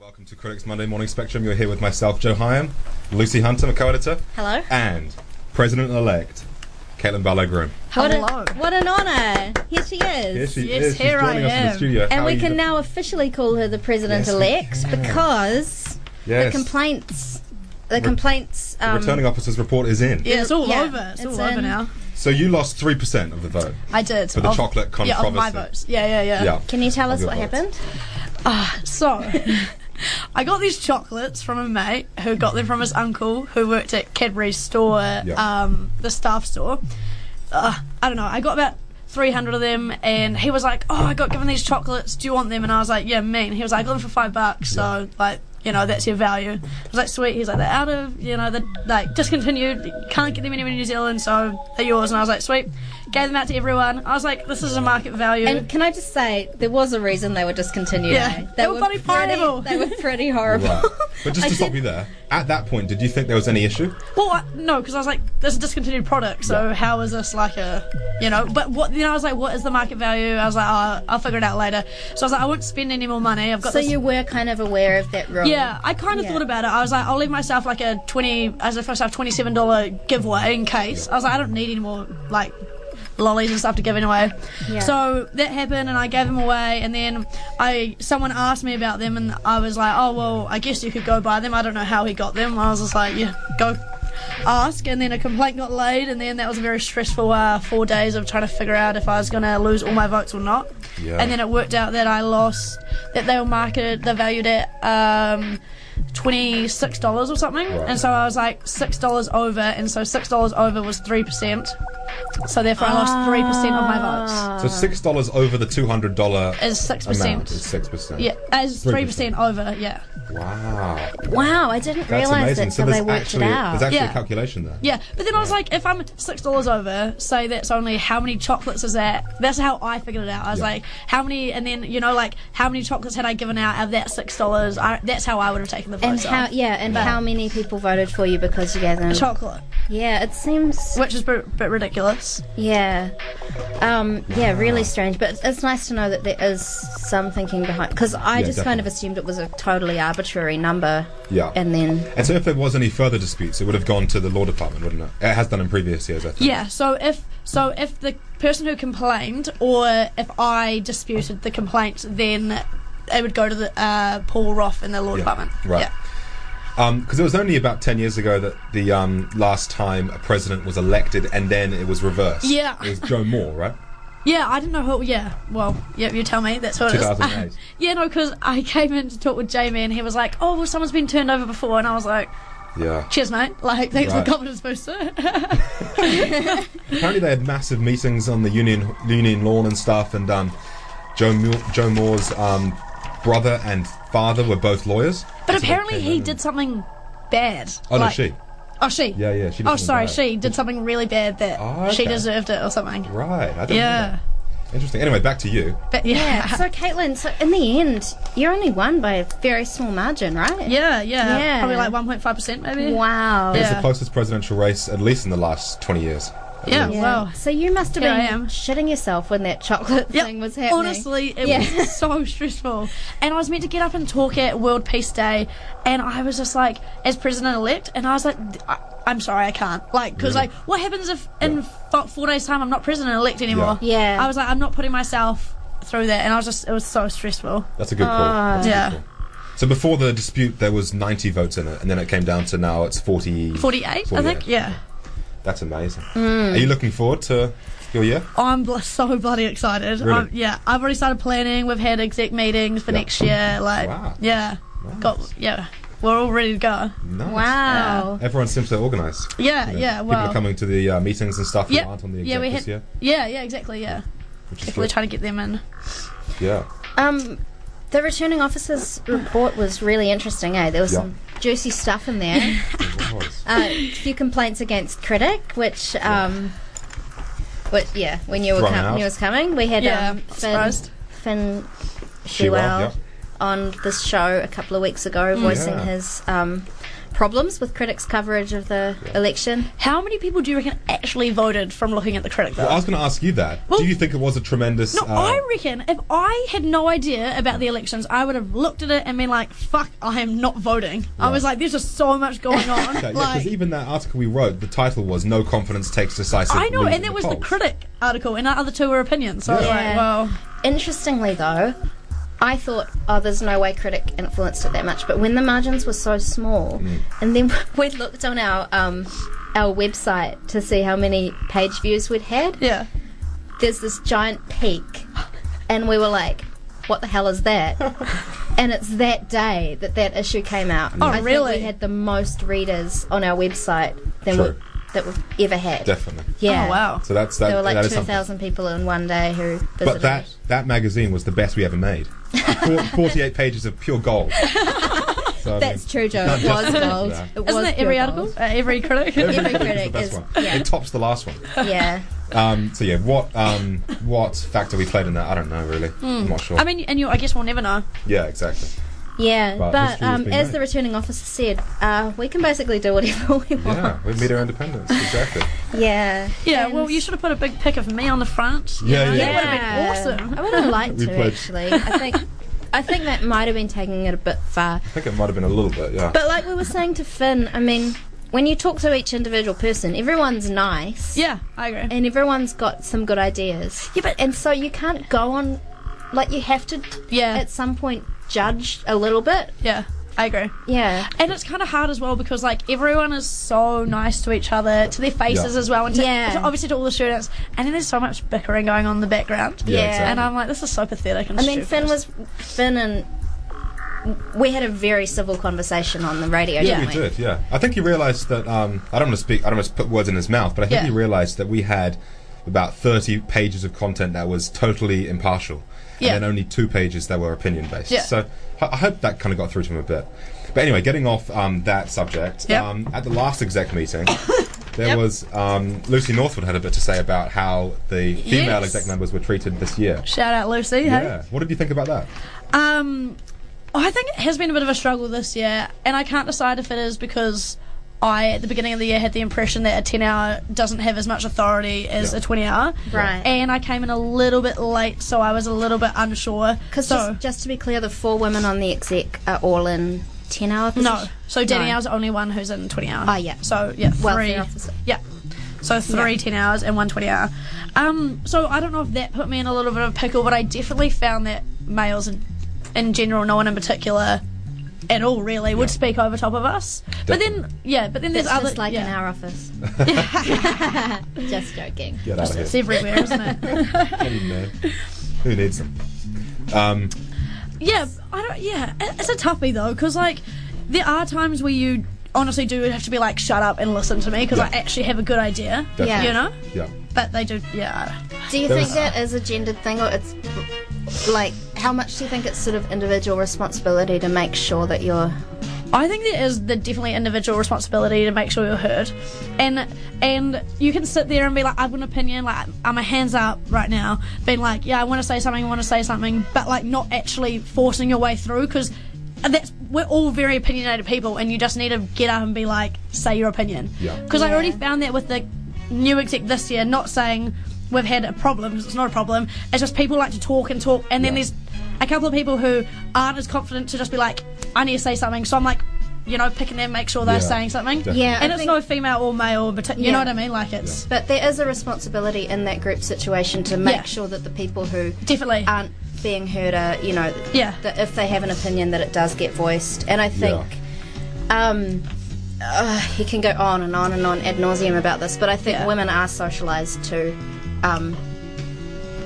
Welcome to Critics Monday Morning Spectrum. You're here with myself, Joe Hyam, Lucy Hunter, my co-editor, Hello. Uh, and President-elect Caitlin Barlow Groom. What, a, Hello. what an honour. Here she is. Here she Yes, is. She's here I joining us in the am. studio. How and are we you can doing? now officially call her the Yes, we president-elect can. because Yes. the complaints, the Re- complaints, The um, returning officer's report is in. Yeah, it's all Yeah, over. It's, it's all over in. now. So you lost three percent of the vote. I did. For the chocolate Yeah, of my controversy. votes. Yeah, yeah, yeah. Yeah. Uh, can you tell us Your what votes. happened? So, I got these chocolates from a mate who got them from his uncle who worked at Cadbury's store, Yeah. um, the staff store. Uh, I don't know. I got about 300 of them, and he was like, "Oh, I got given these chocolates. Do you want them?" And I was like, "Yeah, mean." He was like, "I got them for five bucks, so like." You know that's your value. I was like, sweet. He's like, they're out of, you know, they're like discontinued. Can't get them anywhere in New Zealand, so they're yours. And I was like, sweet. Gave them out to everyone. I was like, this is a market value. And can I just say, there was a reason they were discontinued. Yeah. eh? They were bloody pretty, horrible. they were pretty horrible. Right. But just I to stop did- you there, at that point, did you think there was any issue? Well, I, no, because I was like, there's a discontinued product, so Yeah. how is this like a, you know? But what then I was like, what is the market value? I was like, oh, I'll figure it out later. So I was like, I won't spend any more money. I've got So this. you were kind of aware of that rule. yeah, I kind of Yeah. thought about it. I was like, I'll leave myself like a twenty, as if I have twenty-seven dollar giveaway in case. I was like, I don't need any more like lollies and stuff to give away. Yeah. So that happened, and I gave them away. And then I, someone asked me about them, and I was like, oh well, I guess you could go buy them. I don't know how he got them. I was just like, yeah, go ask. And then a complaint got laid, and then that was a very stressful uh, four days of trying to figure out if I was gonna lose all my votes or not. Yeah. And then it worked out that I lost that they were marketed they valued at um twenty six dollars or something. Right. And so I was like six dollars over and so six dollars over was three percent. So therefore I Ah. lost three percent of my votes. Uh, So six dollars over the two hundred dollar Is six amount is percent. six percent. Yeah, as three 3%. percent over, yeah. Wow. Wow, I didn't That's realise amazing. that so till they there's worked actually it there's out. actually a Yeah. calculation there. Yeah. But then I was like, if I'm six dollars over, say that's only how many chocolates is that? That's how I figured it out. I was Yeah. like, how many and then you know, like how many chocolates had I given out of that six dollars? That's how I would have taken the votes and how? off. Yeah, and how many people voted for you because you gave them? chocolate. Yeah, it seems. which is a bit, bit ridiculous. Yeah. Um, yeah, really Uh, strange. But it's- it's nice to know that there is some thinking behind. Because I Yeah, just kind of definitely. assumed it was a totally arbitrary number. Yeah. And then. And so if there was any further disputes, it would have gone to the law department, wouldn't it? It has done in previous years, I think. Yeah. So if so, if the person who complained, or if I disputed the complaint, then it would go to the uh, Paul Roth in the law department. Right. Yeah. Because it was only about 10 years ago that the um, last time a president was elected and then it was reversed. Yeah. It was Joe Moore, right? Yeah, I didn't know who. Yeah, well, yeah, you tell me. That's what it is. 2008. yeah, no, because I came in to talk with Jamie, and he was like, "Oh, well, someone's been turned over before," and I was like, Yeah. "Cheers, mate! Like, thanks Right. for confidence booster." Apparently they had massive meetings on the union union lawn and stuff, and um, Joe, Moore, Joe Moore's um, brother and father were both lawyers. but And so they apparently, came he in did something bad. Oh, no, Like- she. Oh, she. Yeah, yeah, she did Oh, something sorry, bad. she did something really bad that Oh, she okay. deserved it or something. Right. I didn't know Yeah. that. Interesting. Anyway, back to you. But yeah. So, Caitlin, so in the end, you only won by a very small margin, right? Yeah, yeah. Yeah. Probably like 1.5% maybe. Wow. It's Yeah. the closest presidential race, at least in the last 20 years. Yeah, Yeah. wow. So you must have Here I been am. shitting yourself when that chocolate Yep. thing was happening. Honestly, it Yeah. was so stressful. And I was meant to get up and talk at World Peace Day, and I was just like, as president elect, and I was like, I, I'm sorry, I can't. Like, because, Really? like, what happens if in fo- four days' time I'm not president elect anymore? Yeah. I was like, I'm not putting myself through that, and I was just, it was so stressful. That's a good call. That's a Uh, Yeah. good call. So before the dispute, there was 90 votes in it, and then it came down to now it's 40. 48, I think? 48. Yeah. Hmm. That's amazing. Are you looking forward to your year? I'm bl- so bloody excited. Really? I'm, yeah, I've already started planning. We've had exec meetings for Yeah. next year. Like, Wow. yeah, Nice. got yeah, we're all ready to go. Nice. Wow. Everyone seems to organise. Yeah, you know. Uh, yeah, People well, are coming to the uh, meetings and stuff. who yeah, aren't on the yeah, exec we this had, year, yeah, yeah, exactly, yeah. which is If we're good. trying to get them in. Yeah. Um, the returning officer's report was really interesting, eh? There was Yeah. some juicy stuff in there. it was. uh, few complaints against critic, which um, which yeah, when you were Thrown com- out. knew it was coming, we had Yeah, um, I'm Finn surprised. Finn Shewell, Shewell yeah. on this show a couple of weeks ago, voicing Mm. Yeah. his um, problems with critics' coverage of the election. How many people do you reckon actually voted from looking at the critic though? Well, I was going to ask you that. Well- Do you think it was a tremendous? no, uh, I reckon if I had no idea about the elections, I would have looked at it and been like, "Fuck, I am not voting." I was like, "There's just so much going on." Okay, yeah, like, because even that article we wrote, the title was "No Confidence Takes Decisive." I know, Lead in and that was the Polls." critic article, and the other two were opinions. So I was Yeah. like, "Well, Interestingly, though, I thought, oh, there's no way critic influenced it that much. But when the margins were so small, Mm. and then we looked on our um, our website to see how many page views we'd had, yeah." there's this giant peak, and we were like, what the hell is that? and it's that day that that issue came out. Oh, I really? Think we had the most readers on our website than we, True. that we've ever had. Definitely. yeah. Oh wow. So that's that. There were that like is two something. thousand people in one day who visited. But that it. that magazine was the best we ever made. Four- Forty-eight pages of pure gold. So, I That's mean, true, Joe. It just- was gold. no. It Isn't was it every pure article? gold. Uh, every critic? Every Every critic critic is is- the best one. yeah. It tops the last one. Yeah. Um, so yeah, what um, what factor we played in that? I don't know really. Hmm. I'm not sure. I mean, and you, I guess we'll never know. yeah, exactly. Yeah, But but, history has um, been as made. the returning officer said, uh, we can basically do whatever we want. Yeah, we made our independence. Exactly. Yeah. Yeah, And- well, you should have put a big pic of me on the front. you Yeah, know, yeah. That would have been awesome. I would have liked We to played- actually. I think I think that might have been taking it a bit far. I think it might have been a little bit. Yeah. But like we were saying to Finn, I mean, when you talk to each individual person, everyone's nice. Yeah, I agree. And everyone's got some good ideas. Yeah, but And so you can't go on like you have to yeah, at some point judge a little bit. yeah, I agree. Yeah. And it's kind of hard as well because like everyone is so nice to each other, to their faces Yeah. as well, and to, Yeah. to- obviously to all the students. And then there's so much bickering going on in the background. yeah, yeah, exactly. And I'm like, this is so pathetic. And I mean, stupid. Finn was Finn and we had a very civil conversation on the radio. Yeah. didn't We did, yeah. I think he realised that. Um, I don't want to speak. I don't want to put words in his mouth, but I think Yeah. he realised that we had about thirty pages of content that was totally impartial, Yeah. and then only two pages that were opinion based. Yeah. So I, I hope that kind of got through to him a bit. But anyway, getting off um, that subject. Yep. Um, at the last exec meeting. There Yep. was um, Lucy Northwood had a bit to say about how the female Yes. exec members were treated this year. shout out Lucy. hey? Yeah, what did you think about that? Um, I think it has been a bit of a struggle this year, and I can't decide if it is because I, at the beginning of the year, had the impression that a 10 hour doesn't have as much authority as Yeah. a 20 hour. we? Right. And I came in a little bit late, so I was a little bit unsure. Because so, just, just to be clear, the four women on the exec are all in 10 hour no. positions. So Danielle's No. the only one who's in 20 hour. Ah, yeah. So, yeah, Well, three. fair officer. Yeah. So three 10 hours and one 20 hour. Um, so I don't know if that put me in a little bit of a pickle, but I definitely found that males in, in general, no one in particular at all really, would speak over top of us. But then, yeah, but then there's It's other. just like yeah. in our office. just joking. Get out of It's here. everywhere, isn't it? Who needs them? Um, yeah, I don't. Yeah, it- it's a toughie though, because like there are times where you honestly do have to be like, shut up and listen to me, because I Yeah. actually have a good idea. Yeah. You know, yeah. but they do. Yeah, Do you There think was- that is a gendered thing, or it's like how much do you think it's sort of individual responsibility to make sure that you're I think there is the definitely individual responsibility to make sure you're heard, and and you can sit there and be like, I've got an opinion, like I'm a hands up right now, being like, yeah, I want to say something, I want to say something, but like not actually forcing your way through because that's we're all very opinionated people, and you just need to get up and be like, say your opinion. Yeah. Because I already found that with the new exec this year, not saying we've had a problem 'cause it's not a problem. It's just people like to talk and talk, and then Yeah. there's a couple of people who aren't as confident to just be like, I need to say something. So I'm like, you know, picking them, make sure they're Yeah. saying something. Definitely. yeah And I it's think- no female or male, but you Yeah. know what I mean? Like it's but there is a responsibility in that group situation to make Yeah. sure that the people who definitely. aren't being heard are you know Yeah. that if they have an opinion that it does get voiced and i think um uh, he can go on and on and on ad nauseum about this but i think Yeah. women are socialized to um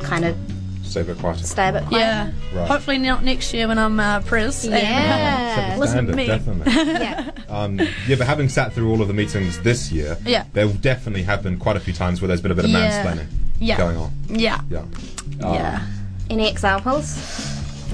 kind of Stay a bit quieter. stay a bit quiet yeah. Right. Hopefully not next year when I'm uh, press. and- Yeah. Set the Listen to standard, me. Definitely. yeah um, yeah, but having sat through all of the meetings this year, Yeah. there definitely have been quite a few times where there's been a bit of Yeah. mansplaining Yeah. going on. Yeah. Yeah. Um, Yeah. any examples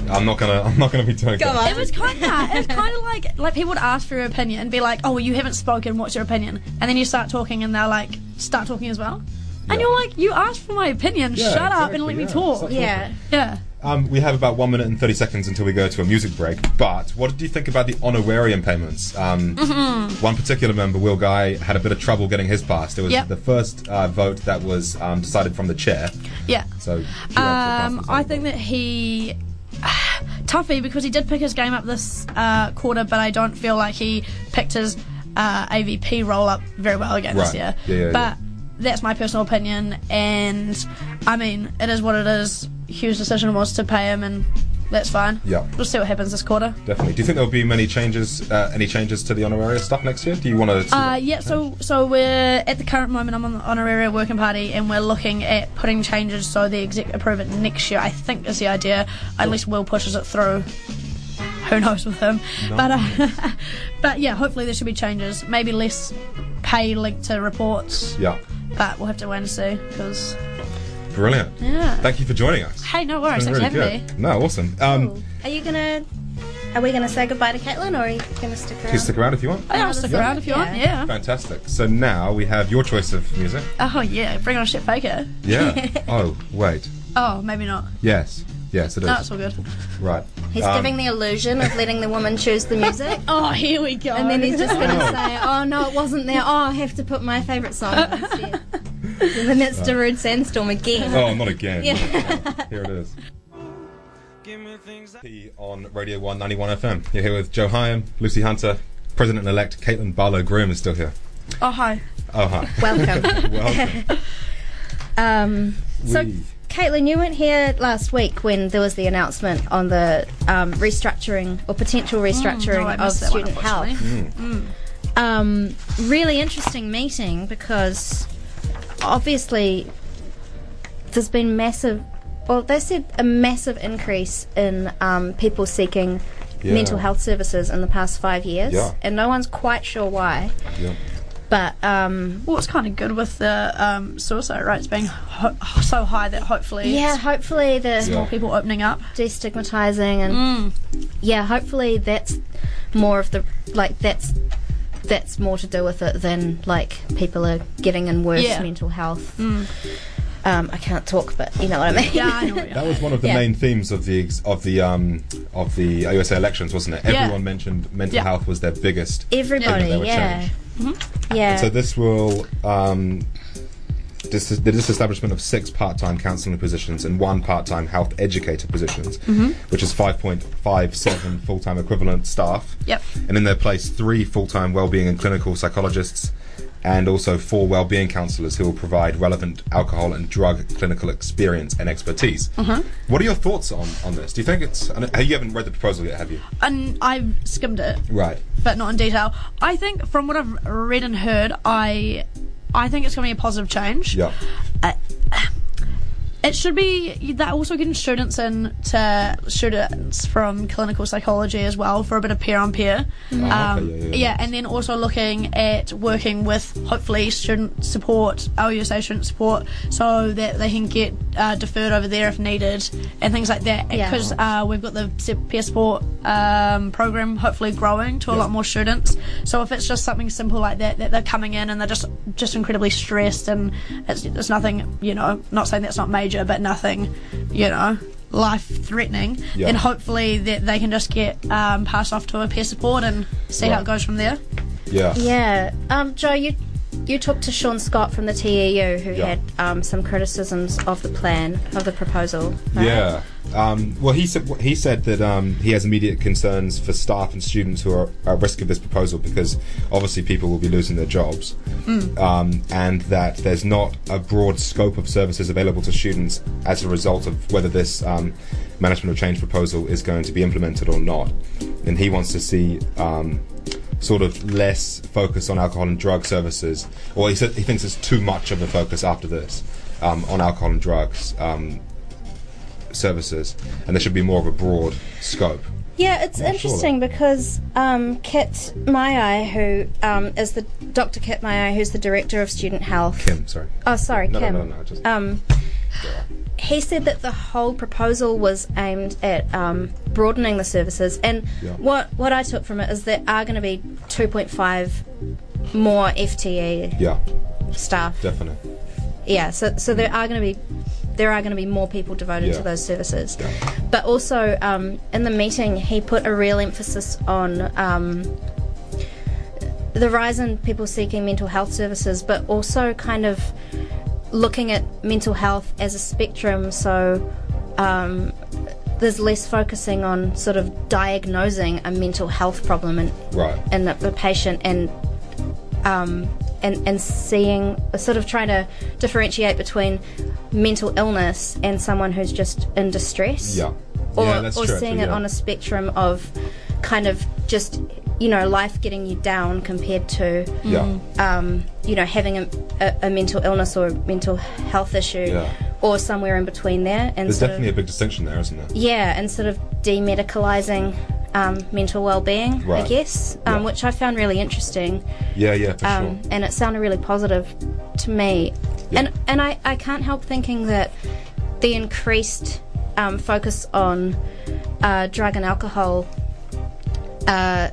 I'm not gonna. I'm not gonna be doing. Go that. on. It was kind of it's kind of like like people would ask for your opinion and be like, oh, well, you haven't spoken. What's your opinion? And then you start talking, and they're like, start talking as well. Yeah. And you're like, you asked for my opinion. Yeah, Shut up and exactly, let me yeah. talk. Stop yeah Yeah. Um, we have about one minute and 30 seconds until we go to a music break. But what did you think about the honorarium payments? Um, Mm-hmm. One particular member, Will Guy, had a bit of trouble getting his passed. It was Yep. the first uh, vote that was um, decided from the chair. Yeah. So, she actually passed Um, this I on. think that he. Tuffy, because he did pick his game up this uh, quarter, but I don't feel like he picked his uh, AVP roll up very well again this Right. year. Yeah, yeah, but that's my personal opinion, and I mean, it is what it is. Hugh's decision was to pay him, and that's fine. Yeah. We'll see what happens this quarter. Definitely. Do you think there'll be many changes, uh, any changes to the honoraria stuff next year? Do you want to? Uh, yeah, so so we're at the current moment. I'm on the honoraria working party, and we're looking at putting changes so the exec approve it next year. I think is the idea. At least Will pushes it through. Who knows with him? But uh, but yeah, hopefully there should be changes. Maybe less pay linked to reports. Yeah. But we'll have to wait and see. Because Brilliant. yeah. Thank you for joining us. hey, no worries. It's been Thanks for really having me. good. No, awesome. Um, Are you gonna? Are we gonna say goodbye to Caitlin, or are you gonna stick around? please stick around if you want. Oh, yeah, Oh, stick that's around it. if you want. Yeah. Yeah. Fantastic. So now we have your choice of music. Oh yeah, bring on a shit faker. Yeah. oh, wait. Oh, maybe not. Yes. Yes, it is. No, it's all good. Right. He's Um, giving the illusion of letting the woman choose the music. Oh, here we go. And then he's just going to say, oh, no, it wasn't there. Oh, I have to put my favourite song on instead. And then that's Darude Sandstorm again. Oh, not again. Yeah. Here it is. Tea On Radio 191 FM. You're here with Joe Hyam, Lucy Hunter, President elect Caitlin Barlow Groom is still here. Oh hi. Oh, hi. Welcome. Welcome. Um, so, We- Caitlin, you weren't here last week when there was the announcement on the um, restructuring or potential restructuring Oh, I of missed that one, student health. Um, really interesting meeting because obviously there's been massive. Well, they said a massive increase in um, people seeking Yeah. mental health services in the past five years, Yeah. and no one's quite sure why. Yeah. But Mm. um, Well, it's kind of good with the um, suicide rates being ho- so high that hopefully yeah, it's hopefully the Yeah. people opening up. destigmatizing and yeah hopefully that's more of the like that's that's more to do with it than like people are getting in worse Yeah. Mm. mental health um, i can't talk but you know what i mean Yeah, I know. what you- That was one of the Yeah. main themes of the ex- of the um, of the USA elections, wasn't it? Yeah. Everyone mentioned mental Yeah. health was their biggest. everybody They were yeah Mm-hmm. yeah So this will um, dis- the disestablishment of six part-time counselling positions and one part-time health educator positions, which is 5.57 full-time equivalent staff. Yep. And in their place, three full-time wellbeing and clinical psychologists, and also four wellbeing counsellors who will provide relevant alcohol and drug clinical experience and expertise. What are your thoughts on, on this? Do you think it's? I know- You haven't read the proposal yet, have you? and I've skimmed it, Right. but not in detail. I think from what I've read and heard, I I think it's going to be a positive change. Yeah. It should be that also getting students in to students from clinical psychology as well for a bit of peer on peer. Mm. Oh, okay, Um, yeah, yeah, yeah. and then also looking at working with hopefully student support, LUSA student support, so that they can get uh, deferred over there if needed and things like that. Yeah. Because uh, we've got the se- peer support um, program hopefully growing to a lot more students. So if it's just something simple like that, that they're coming in and they're just just incredibly stressed and it's, it's nothing, you know, not saying that's not major, but nothing, you know. Life threatening, Yeah. and hopefully that they can just get um, passed off to a peer support and see how Right. it goes from there. Yeah. yeah um, joe you you talked to sean scott from the teu who Yeah. had um, some criticisms of the plan of the proposal right? Yeah. Um, well, he said he said that um, he has immediate concerns for staff and students who are at risk of this proposal because obviously people will be losing their jobs, um, and that there's not a broad scope of services available to students as a result of whether this um, management of change proposal is going to be implemented or not. And he wants to see um, sort of less focus on alcohol and drug services, or he said he thinks it's too much of a focus after this um, on alcohol and drugs. Um, services, and there should be more of a broad scope. Yeah, it's Yeah, interesting because um, Kit Mayai, who um, is the Dr. Kit Mayai, who's the director of student health. Kim, sorry. Oh, sorry, No, no, Kim. no, no, just- Um, he said that the whole proposal was aimed at um, broadening the services, and Yeah. what what I took from it is there are going to be 2.5 more FTE Yeah, staff. definitely. Yeah, so so there are going to be there are going to be more people devoted Yeah. to those services. Yeah. But also um, in the meeting, he put a real emphasis on um, the rise in people seeking mental health services, but also kind of looking at mental health as a spectrum. So um, there's less focusing on sort of diagnosing a mental health problem and Right. and the, the patient and um, and and seeing sort of trying to differentiate between mental illness and someone who's just in distress Yeah. or, yeah, that's or true. seeing actually, it yeah. on a spectrum of kind of just you know life getting you down compared to Yeah. um, you know having a, a, a mental illness or a mental health issue Yeah. or somewhere in between there and There's sort definitely a of, big distinction there, isn't there? yeah and sort of demedicalizing um, mental well-being Right. i guess um, Yeah. which i found really interesting Yeah, yeah, for um, sure. and it sounded really positive to me. Yeah. And and I, I can't help thinking that the increased um, focus on uh, drug and alcohol uh,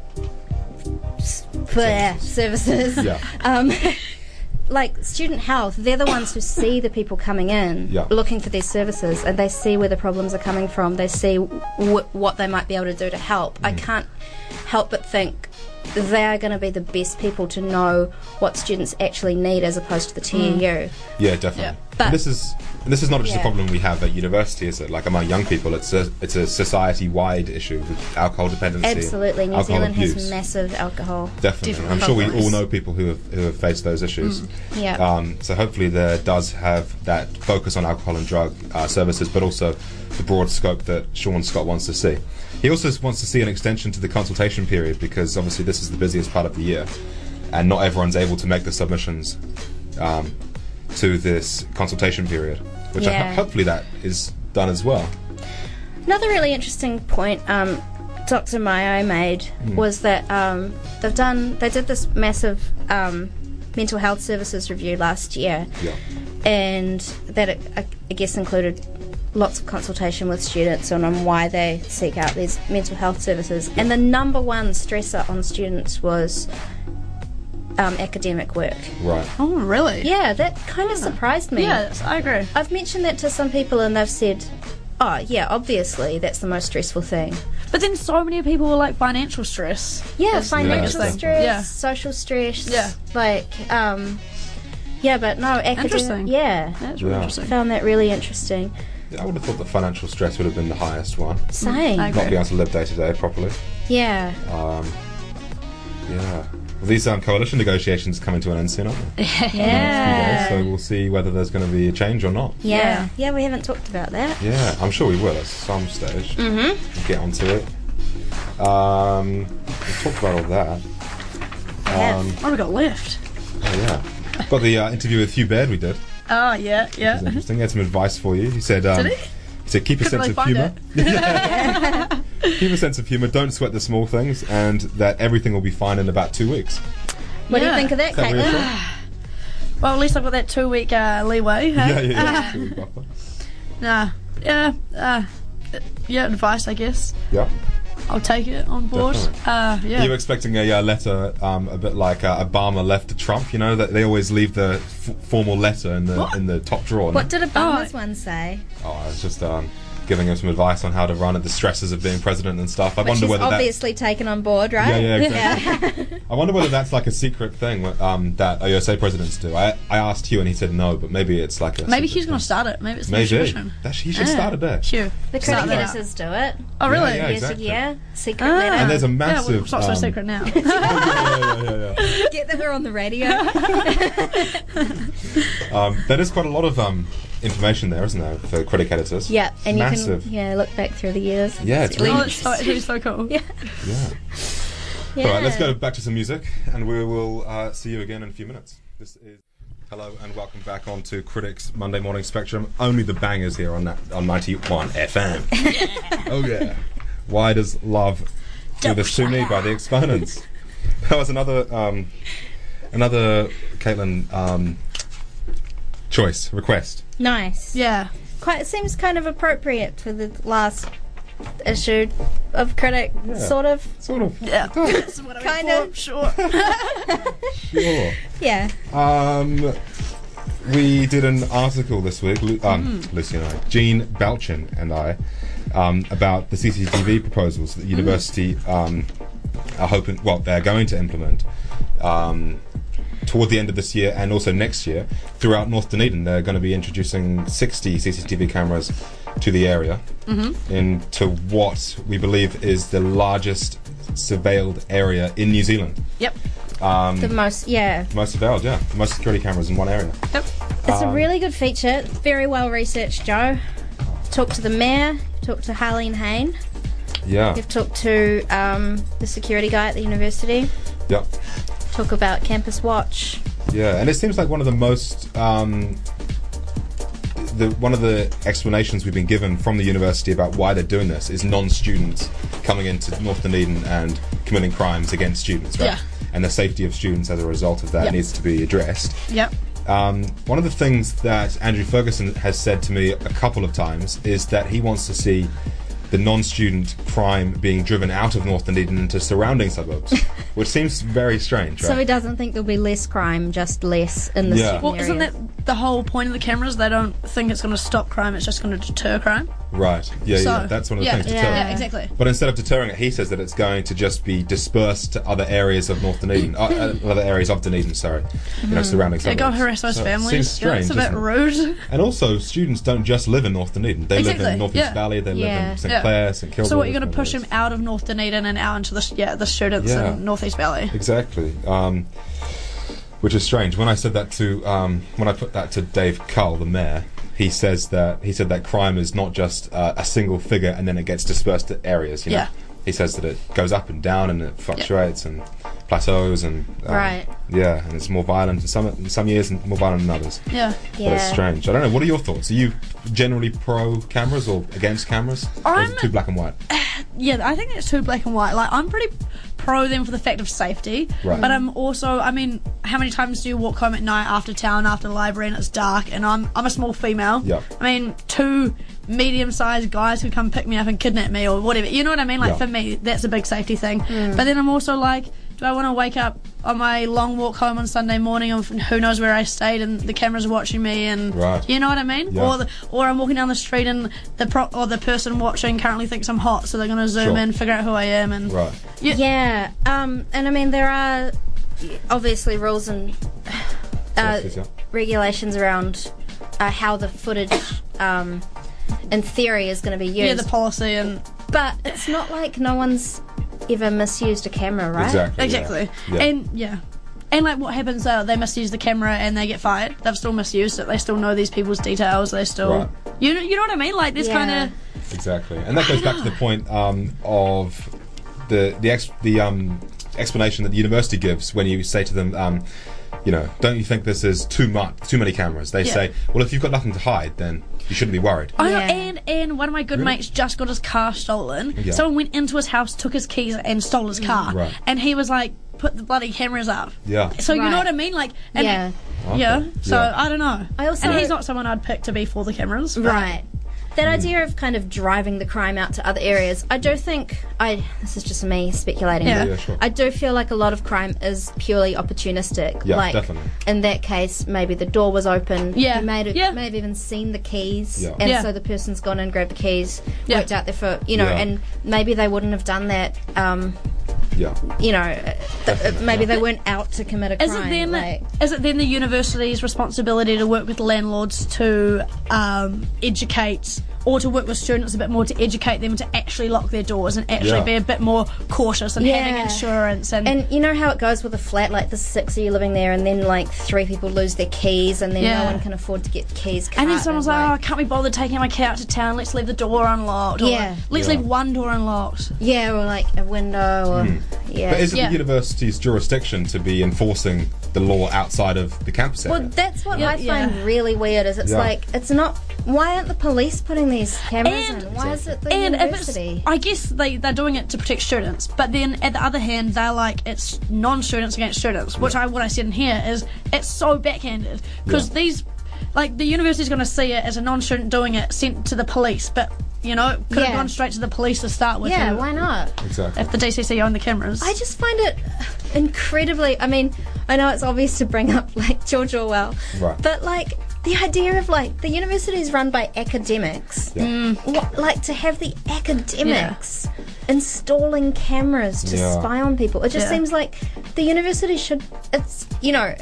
s- bleh, services, Yeah. um, like student health, they're the ones who see the people coming in Yeah. looking for their services and they see where the problems are coming from, they see w- what they might be able to do to help. Mm. I can't help but think they are going to be the best people to know what students actually need as opposed Mm. to the TEU. Yeah, definitely. Yeah. But- And this is and this is not just a Yeah. problem we have at university, is it? Like among young people, it's a it's a society wide issue with alcohol dependency. and Absolutely. New alcohol Zealand abuse. has massive alcohol. Definitely, different I'm sure we all problems. know people who have who have faced those issues. Yeah. Um, so hopefully there does have that focus on alcohol and drug uh, services, but also the broad scope that Sean Scott wants to see. He also wants to see an extension to the consultation period because obviously this is the busiest part of the year, and not everyone's able to make the submissions um, to this consultation period. Which I Yeah. ho- hopefully that is done as well. Another really interesting point um, Dr. Mayo made was that um, they've done they did this massive um, mental health services review last year, Yeah. and that it, I, I guess included lots of consultation with students on, on why they seek out these mental health services. And the number one stressor on students was um, academic work. Right. Oh, really? Yeah, that kind of surprised me. Yeah, that's- I agree. I've mentioned that to some people and they've said, oh, yeah, obviously that's the most stressful thing. But then so many people were like financial stress. Yeah, That's financial interesting. stress, Yeah. social stress. Yeah. Like, um, yeah, but no, academic. Interesting. Yeah. That's really Yeah. interesting. Found that really interesting. I would have thought that financial stress would have been the highest one. Same. I agree. Not being able to live day to day properly. yeah. Um, yeah. Well, these um, coalition negotiations coming to an end soon, aren't they? Yeah. So we'll see whether there's going to be a change or not. yeah. Yeah, we haven't talked about that. Yeah, I'm sure we will at some stage. Mm-hmm. Get onto it. Um, we talked about all that. Yeah. Um, What have we got left? oh yeah. Got the uh, interview with Hugh Baird we did. Oh, yeah, yeah. It's interesting. He had some advice for you. He said, um, Did he? said keep a Couldn't sense of really humour. find keep a sense of humour. Don't sweat the small things, and that everything will be fine in about two weeks. What do you Yeah. think of that, Is that where you're Caitlin? from? Well, at least I've got that two week uh, leeway. Huh? yeah, yeah, yeah. Two-week buffer. Nah, yeah, uh, yeah, advice, I guess. Yeah. I'll take it on board. Definitely. Uh, Are you yeah. expecting a uh, letter, um, a bit like uh, Obama left to Trump? You know that they always leave the f- formal letter in the What? in the top drawer. no? What did Obama's Oh. one say? oh, I was just um, giving him some advice on how to run at the stresses of being president and stuff. I Which wonder is whether that. obviously taken on board, right? Yeah, yeah, exactly. Yeah. I wonder whether that's like a secret thing wh- um, that OSA presidents do. I, I asked Hugh and he said no, but maybe it's like a Maybe secret he's going to thing. start it. Maybe it's the Maybe solution. that he should Yeah. start a bit. Hugh. the Start critic that. editors do it. Oh, really? Yeah, Years exactly. a year, secret Ah. And there's letter. a Yeah, well, massive. it's not so um, secret now. yeah, yeah, yeah, yeah, yeah. Get that we're on the radio. Um, that is quite a lot of um, information there, isn't there, for critic editors? yeah, and you Massive. can yeah look back through the years. and Yeah, it's see- really oh, it's so, it's really so cool. Yeah. Yeah. yeah. All right, let's go back to some music, and we will uh, see you again in a few minutes. This is hello and welcome back on to Critics Monday Morning Spectrum. Only the bangers here on that on ninety one FM. oh yeah. Why does love do this to me by the exponents? That was another um, another Caitlin um, choice request. Nice. Yeah. Quite it seems kind of appropriate for the last issue of critic, sort of. Sort of. Yeah. That's what I Kind kind of. of. Sure. Sure. Yeah. Um, we did an article this week, Lu- um, Lucy and I, Jean Balchin and I, um, about the CCTV proposals that the university um, are hoping, well, they're going to implement um, toward the end of this year and also next year throughout North Dunedin. They're going to be introducing 60 CCTV cameras to the area into what we believe is the largest surveilled area in New Zealand. Yep. Um, the most, yeah. Most surveilled, yeah. Most security cameras in one area. Yep. It's um, a really good feature. It's Very well researched, Joe. Talked to the mayor, talked to Harlene Hain, Yeah. we've talked to um, the security guy at the university, Yeah. talk about Campus Watch. Yeah, and it seems like one of the most um, the one of the explanations we've been given from the university about why they're doing this is non-students coming into North Dunedin and committing crimes against students, right? Yeah. And the safety of students as a result of that Yeah. needs to be addressed. Yep. Um, one of the things that Andrew Ferguson has said to me a couple of times is that he wants to see the non-student crime being driven out of North Dunedin into surrounding suburbs, which seems very strange, right? So he doesn't think there'll be less crime, just less in the Yeah. student Well, Well, isn't area. that the whole point of the cameras? They don't think it's going to stop crime; it's just going to deter crime. Right. Yeah, So yeah. That's one of the yeah, things. Yeah, deterring. yeah, exactly. But instead of deterring it, he says that it's going to just be dispersed to other areas of North Dunedin, uh, uh, other areas of Dunedin. Sorry, you know, surrounding Mm. They suburbs. go harass those So it families. Seems strange, yeah, it's a bit isn't it? rude. And also, students don't just live in North Dunedin. They live in Exactly, North yeah. East Valley. They live Yeah. in St Yeah. Clair, St Kilda. So what you're going whatever to it push is. them out of North Dunedin and out into the sh- yeah the students Yeah. in North East Valley. Exactly. Um, which is strange. When I said that to um, when I put that to Dave Cull, the mayor, he says that he said that crime is not just uh, a single figure and then it gets dispersed to areas. You know? Yeah. He says that it goes up and down and it fluctuates and plateaus and um, Right. Yeah, and it's more violent in some in some years and more violent in others. Yeah. But it's Yeah. strange. I don't know. What are your thoughts? Are you generally pro cameras or against cameras? Or is it I'm- too black and white? yeah, I think it's too black and white. Like, I'm pretty pro them for the fact of safety, Right. but I'm also, I mean, how many times do you walk home at night after town, after the library, and it's dark? And I'm, I'm a small female. Yeah. I mean, two medium-sized guys who come pick me up and kidnap me or whatever. You know what I mean? Like Yeah. for me, that's a big safety thing. But then I'm also like, do I want to wake up on my long walk home on Sunday morning and who knows where I stayed and the cameras watching me and Right. you know what I mean? Yeah. Or the, or I'm walking down the street and the pro- or the person watching currently thinks I'm hot, so they're gonna zoom Sure. in, figure out who I am, and Right. Yeah. Yeah, um, and I mean there are obviously rules and uh, Yes, yes, yeah. regulations around uh, how the footage, um, in theory, is going to be used. yeah, the policy and but it's not like no one's ever misused a camera, right? Exactly. yeah. exactly, Yeah. and yeah. And like what happens though, they misuse the camera and they get fired. They've still misused it. They still know these people's details. They still, Right. you know, you know what I mean. Like this Yeah. kind of Exactly, and that goes back to the point um, of the the ex- the um, explanation that the university gives when you say to them, um, you know, don't you think this is too much, too many cameras? They Yeah. Oh, say, well, if you've got nothing to hide, then you shouldn't be worried. I know, Yeah. and and one of my good mates just got his car stolen. Yeah. Someone went into his house, took his keys, and stole his car. Right. And he was like, "Put the bloody cameras up." Yeah. So you Right. know what I mean, like, and Yeah. yeah. So Yeah. I don't know. I also- and he's not someone I'd pick to be for the cameras. but- Right. That idea of kind of driving the crime out to other areas, I do think I. This is just me speculating. Yeah. but Yeah, sure. I do feel like a lot of crime is purely opportunistic. Yeah, like, definitely. In that case, maybe the door was open. Yeah, You may have, yeah. may have even seen the keys, Yeah. and Yeah. so the person's gone and grabbed the keys, Yeah. worked out there for you know, Yeah. and maybe they wouldn't have done that. Um, Yeah, you know, uh, th- uh, maybe they weren't out to commit a crime. Is it then? like- is it then the university's responsibility to work with landlords to um, educate or to work with students a bit more to educate them to actually lock their doors and actually Yeah. be a bit more cautious and having Yeah. insurance and, And you know how it goes with a flat, like the six of you living there, and then like three people lose their keys, and then Yeah. no one can afford to get keys. And then cut, someone's like, oh, I can't be bothered taking my kid out to town. Let's leave the door unlocked. Or, Yeah. Let's Yeah. leave one door unlocked. yeah, or like a window, or yeah. Hmm. but is it Yeah. the university's jurisdiction to be enforcing the law outside of the campus area? well, that's what Yeah, I find yeah. really weird. Is it's Yeah. like it's not. Why aren't the police putting these cameras And- in? Why is it the And if it's, university? I guess they, they're doing it to protect students, but then at the other hand, they're like it's non-students against students, which I what I said in here is it's so backhanded because Yeah. these, like the university's going to see it as a non-student doing it sent to the police, but you know, could Yeah. have gone straight to the police to start with. yeah, and- why not? Exactly. If the DCC owned the cameras. I just find it incredibly. I mean, I know it's obvious to bring up like George Orwell, Right. but like the idea of like the university is run by academics. Mm. Yeah. What, like to have the academics installing cameras to Yeah. spy on people. It just Yeah. seems like the university should. It's you know.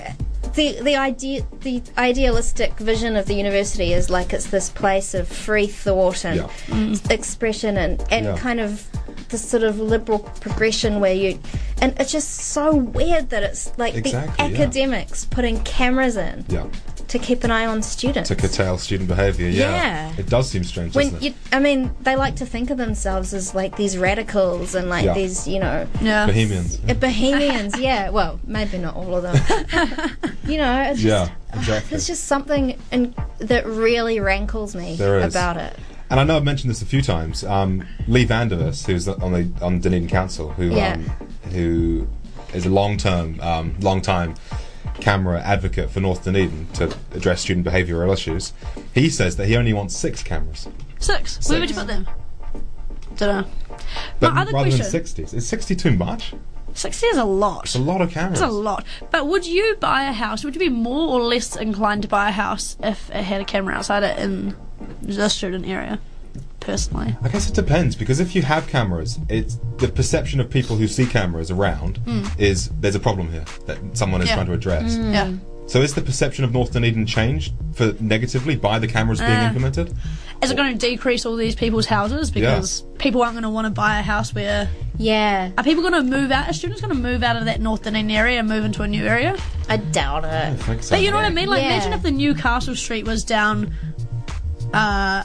The, the idea the idealistic vision of the university is like it's this place of free thought and Yeah. expression and, and Yeah. kind of this sort of liberal progression where you and it's just so weird that it's like Exactly, the yeah. academics putting cameras in Yeah. to keep an eye on students To curtail student behaviour. Yeah. Yeah. It does seem strange, when doesn't it? you i mean they like to think of themselves as like these radicals and like Yeah. these you know yeah. Bohemians. uh, bohemians yeah well maybe not all of them you know it's Yeah. just Exactly. there's just something in, that really rankles me There is. about it And I know I've mentioned this a few times. Um, Lee Vandervis, who's on the on Dunedin Council, who Yeah. um, who is a long term um, long time camera advocate for North Dunedin to address student behavioural issues. He says that he only wants six cameras, Six. Where would you put them? Dunno. but My other rather than question. sixty, is sixty too much? Sixty is a lot. It's a lot of cameras. That's a lot. But would you buy a house? Would you be more or less inclined to buy a house if it had a camera outside it in the student area? Personally. I guess it depends because if you have cameras, it's the perception of people who see cameras around is there's a problem here that someone is Hmm. Yeah. trying Hmm. to address. Mm. Yeah. So is the perception of North Dunedin changed for negatively by the cameras being Uh. implemented? Is it going to decrease all these people's houses because people aren't going to want to buy a house where yeah are people going to move out? Are students going to move out of that North Dunedin area and move into a new area? i doubt it I think so, But you know what I yeah. mean? Like Yeah. imagine if the Newcastle Street was down uh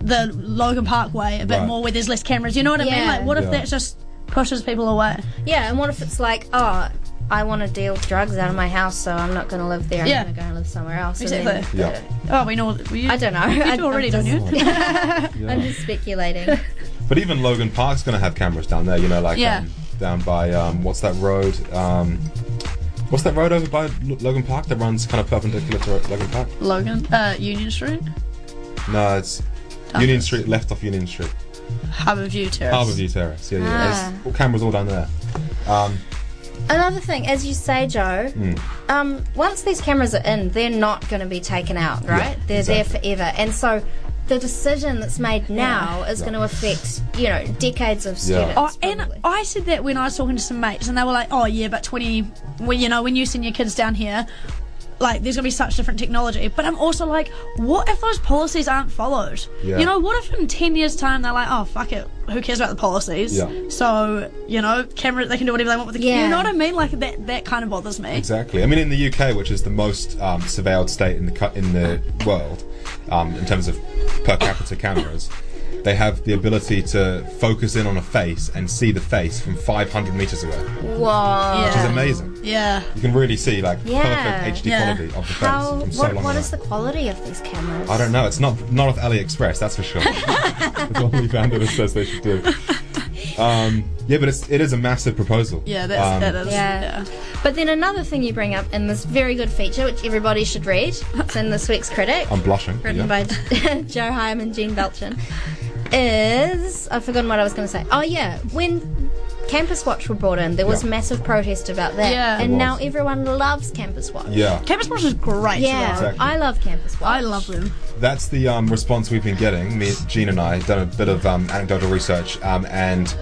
the Logan Parkway a bit Right. more where there's less cameras. You know what I mean? Yeah. Like what if Yeah. that just pushes people away? Yeah, and what if it's like, oh, I want to deal drugs out of my house, so I'm not going to live there. I'm Yeah. going to go and live somewhere else. and Exactly. then- Yeah. Oh, we know. You, I don't know. You I- do already, I'm don't you? I'm just speculating. But even Logan Park's going to have cameras down there, you know, like Yeah. um, down by, um, what's that road? Um, what's that road over by L- Logan Park that runs kind of perpendicular to Ro- Logan Park? Logan, uh, Union Street, No, it's Oh. Union Street, left off Union Street. Harbour View Terrace. Harbour View Terrace, yeah, yeah. Ah. There's all- cameras all down there. Um, Another thing, as you say, Joe, Mm. um, once these cameras are in, they're not going to be taken out, right? they're exactly. there forever. And so the decision that's made now is Yeah. going to affect, you know, decades of Yeah. students. Oh, and probably. I said that when I was talking to some mates, and they were like, "Oh yeah, but twenty, well, you know, when you send your kids down here, like there's gonna be such different technology." But I'm also like, what if those policies aren't followed? Yeah. You know, what if in ten years' time they're like, "Oh fuck it, who cares about the policies?" Yeah. So you know, camera, they can do whatever they want with the camera. Yeah. You know what I mean? Like that, that kind of bothers me. Exactly. I mean, in the UK, which is the most um, surveilled state in the cu- in the world um, in terms of per capita cameras, they have the ability to focus in on a face and see the face from 500 meters away, which Whoa. is Yeah. amazing. Yeah. You can really see like Yeah. perfect HD Yeah. quality of the face How, from so what, long what away. is the quality of these cameras? I don't know. It's not not off AliExpress, that's for sure. That's what we found that it says they should do. Um, yeah, but it's, it is a massive proposal. Yeah, that's Um, that is. Yeah. yeah. But then another thing you bring up in this very good feature, which everybody should read, it's in this week's critic, I'm blushing. written yeah. by Joe Hyam and Jean Belchin, is I've forgotten what I was going to say. Oh yeah, when Campus Watch were brought in, there was Yeah. massive protest about that, Yeah. and There now was. everyone loves Campus Watch. yeah. Campus Watch is great. Yeah, though. Exactly. I love Campus Watch. I love them. That's the um, response we've been getting. Me, Gene, and I have done a bit of um, anecdotal research, um, and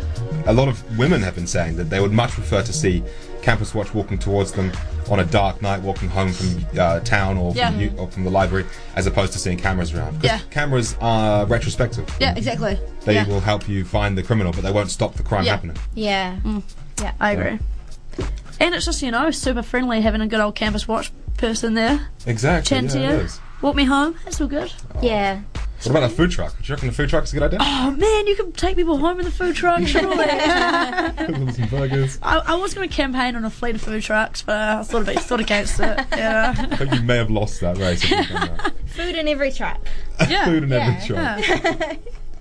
a lot of women have been saying that they would much prefer to see Campus Watch walking towards them on a dark night, walking home from uh, town or from, Yeah. u- or from the library, as opposed to seeing cameras around. 'Cause Yeah. cameras are retrospective. Yeah, exactly. They yeah. will help you find the criminal, but they won't stop the crime Yeah. happening. Yeah, Mm. yeah. I agree. And it's just, you know, super friendly having a good old campus watch person there. Exactly. Chin to you. Walk me home. It's all good. yeah. What about a food truck? Do you reckon the food truck's a good idea? Oh, man, you can take people home in the food truck, surely. I, Some burgers. I was going to campaign on a fleet of food trucks, but I thought a bit thought against it. Yeah. I think you may have lost that race. if you've done that. Food in every truck. yeah. Food in Yeah. every truck.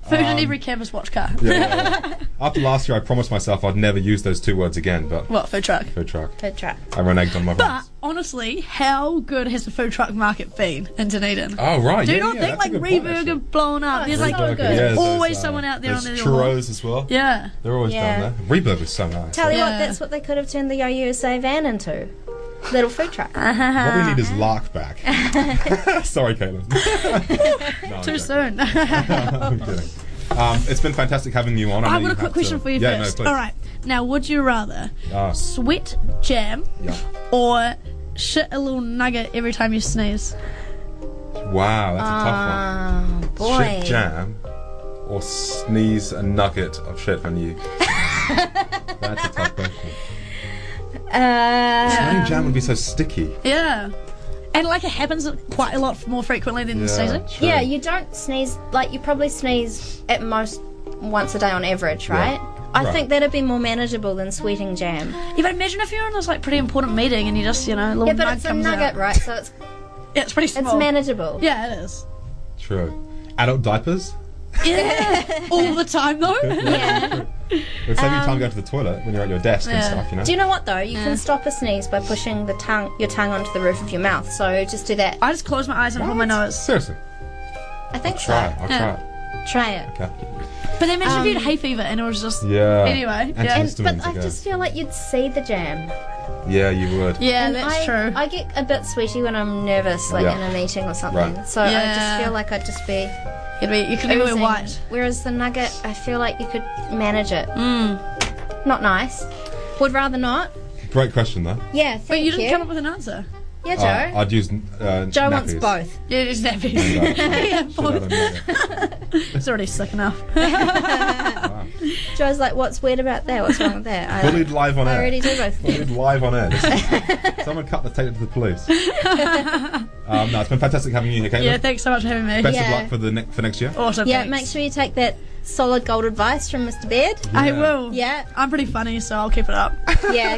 Food in Um, every campus watch car. Yeah, yeah, yeah. After last year, I promised myself I'd never use those two words again, but What food truck? food truck. Food truck. I run egged on my But friends. honestly, how good has the food truck market been in Dunedin? Oh, right. Do you yeah, not yeah, think that's a like good point, Reburg actually. have blown up? Oh, There's it's like so good. Yeah, there's there's, always uh, someone out there on there's the churros as well. Yeah. They're always Yeah. down there. Reburg was so nice. Tell you Yeah. what, that's what they could have turned the YUSA van into. Little food truck. Uh-huh. what we need is Lark back. Sorry, Caitlin. No, I'm joking. Too soon. I'm kidding. Um, it's been fantastic having you on. know I've you got a quick have question to- for you yeah, first. No, please. All right. Now, would you rather Ah, sweat jam yeah. or shit a little nugget every time you sneeze? Wow, that's Uh, Oh, a tough one. boy. Shit jam or sneeze a nugget of shit on you. that's a tough question. Uh, Sweating jam would be so sticky. Yeah. And like it happens quite a lot more frequently than the sneezing. true. yeah, you don't sneeze, like, you probably sneeze at most once a day on average, right? I Right. think that'd be more manageable than sweating jam. Yeah, but imagine if you're in this like pretty important meeting and you just, you know, a little Yeah, but nug it's a comes nugget, out. right? So it's Yeah, it's pretty it's small. manageable. yeah, it is. True. Adult diapers. Yeah. All the time though. Yeah. Um, It'd save you time going to the toilet when you're at your desk and yeah. stuff, you know? Do you know what though? You can stop a sneeze by pushing the tongue, your tongue onto the roof of your mouth. So just do that. I just close my eyes and hold my nose. Seriously, I think try it. so. I'll try Yeah. it. Try it. Okay. But then imagine if you had Um, hay fever and it was just Yeah. Anyway, yeah. And, Antihistamines but I again. just feel like you'd see the jam. Yeah, you would. Yeah, and that's I, true. I get a bit sweaty when I'm nervous, like Yeah. in a meeting or something. Right. So I Yeah. just feel like I'd just be. It'd be, you can wear oozing. white. Whereas the nugget, I feel like you could manage it. Mm. Not nice. Would rather not. Great question, though. Yeah, thank But you didn't come up with an answer. yeah, Uh, Joe. I'd use uh, Joe nappies. wants both. Yeah, it's nappy. Right. yeah, Shit out of both. nugget. It's already sick enough. Wow. Joe's like, what's weird about that? What's wrong with that? I, Bullied live on I air. already do both. Bullied live on air. This- Someone cut the tape to the police. um, no, it's been fantastic having you here, Caitlin. Yeah, thanks so much for having me. Best Yeah. of luck for the ne- for next year. Awesome. Yeah, thanks. make sure you take that solid gold advice from Mr. Beard. I Yeah. will. Yeah. I'm pretty funny, so I'll keep it up. Yeah,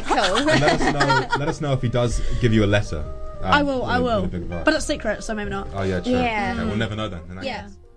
cool. Let us know. let us know if he does give you a letter. um, I will, with I a- will. with a big advice. But it's secret, so maybe not. oh yeah, true. Yeah. Okay, we'll never know then. in that Yeah. case.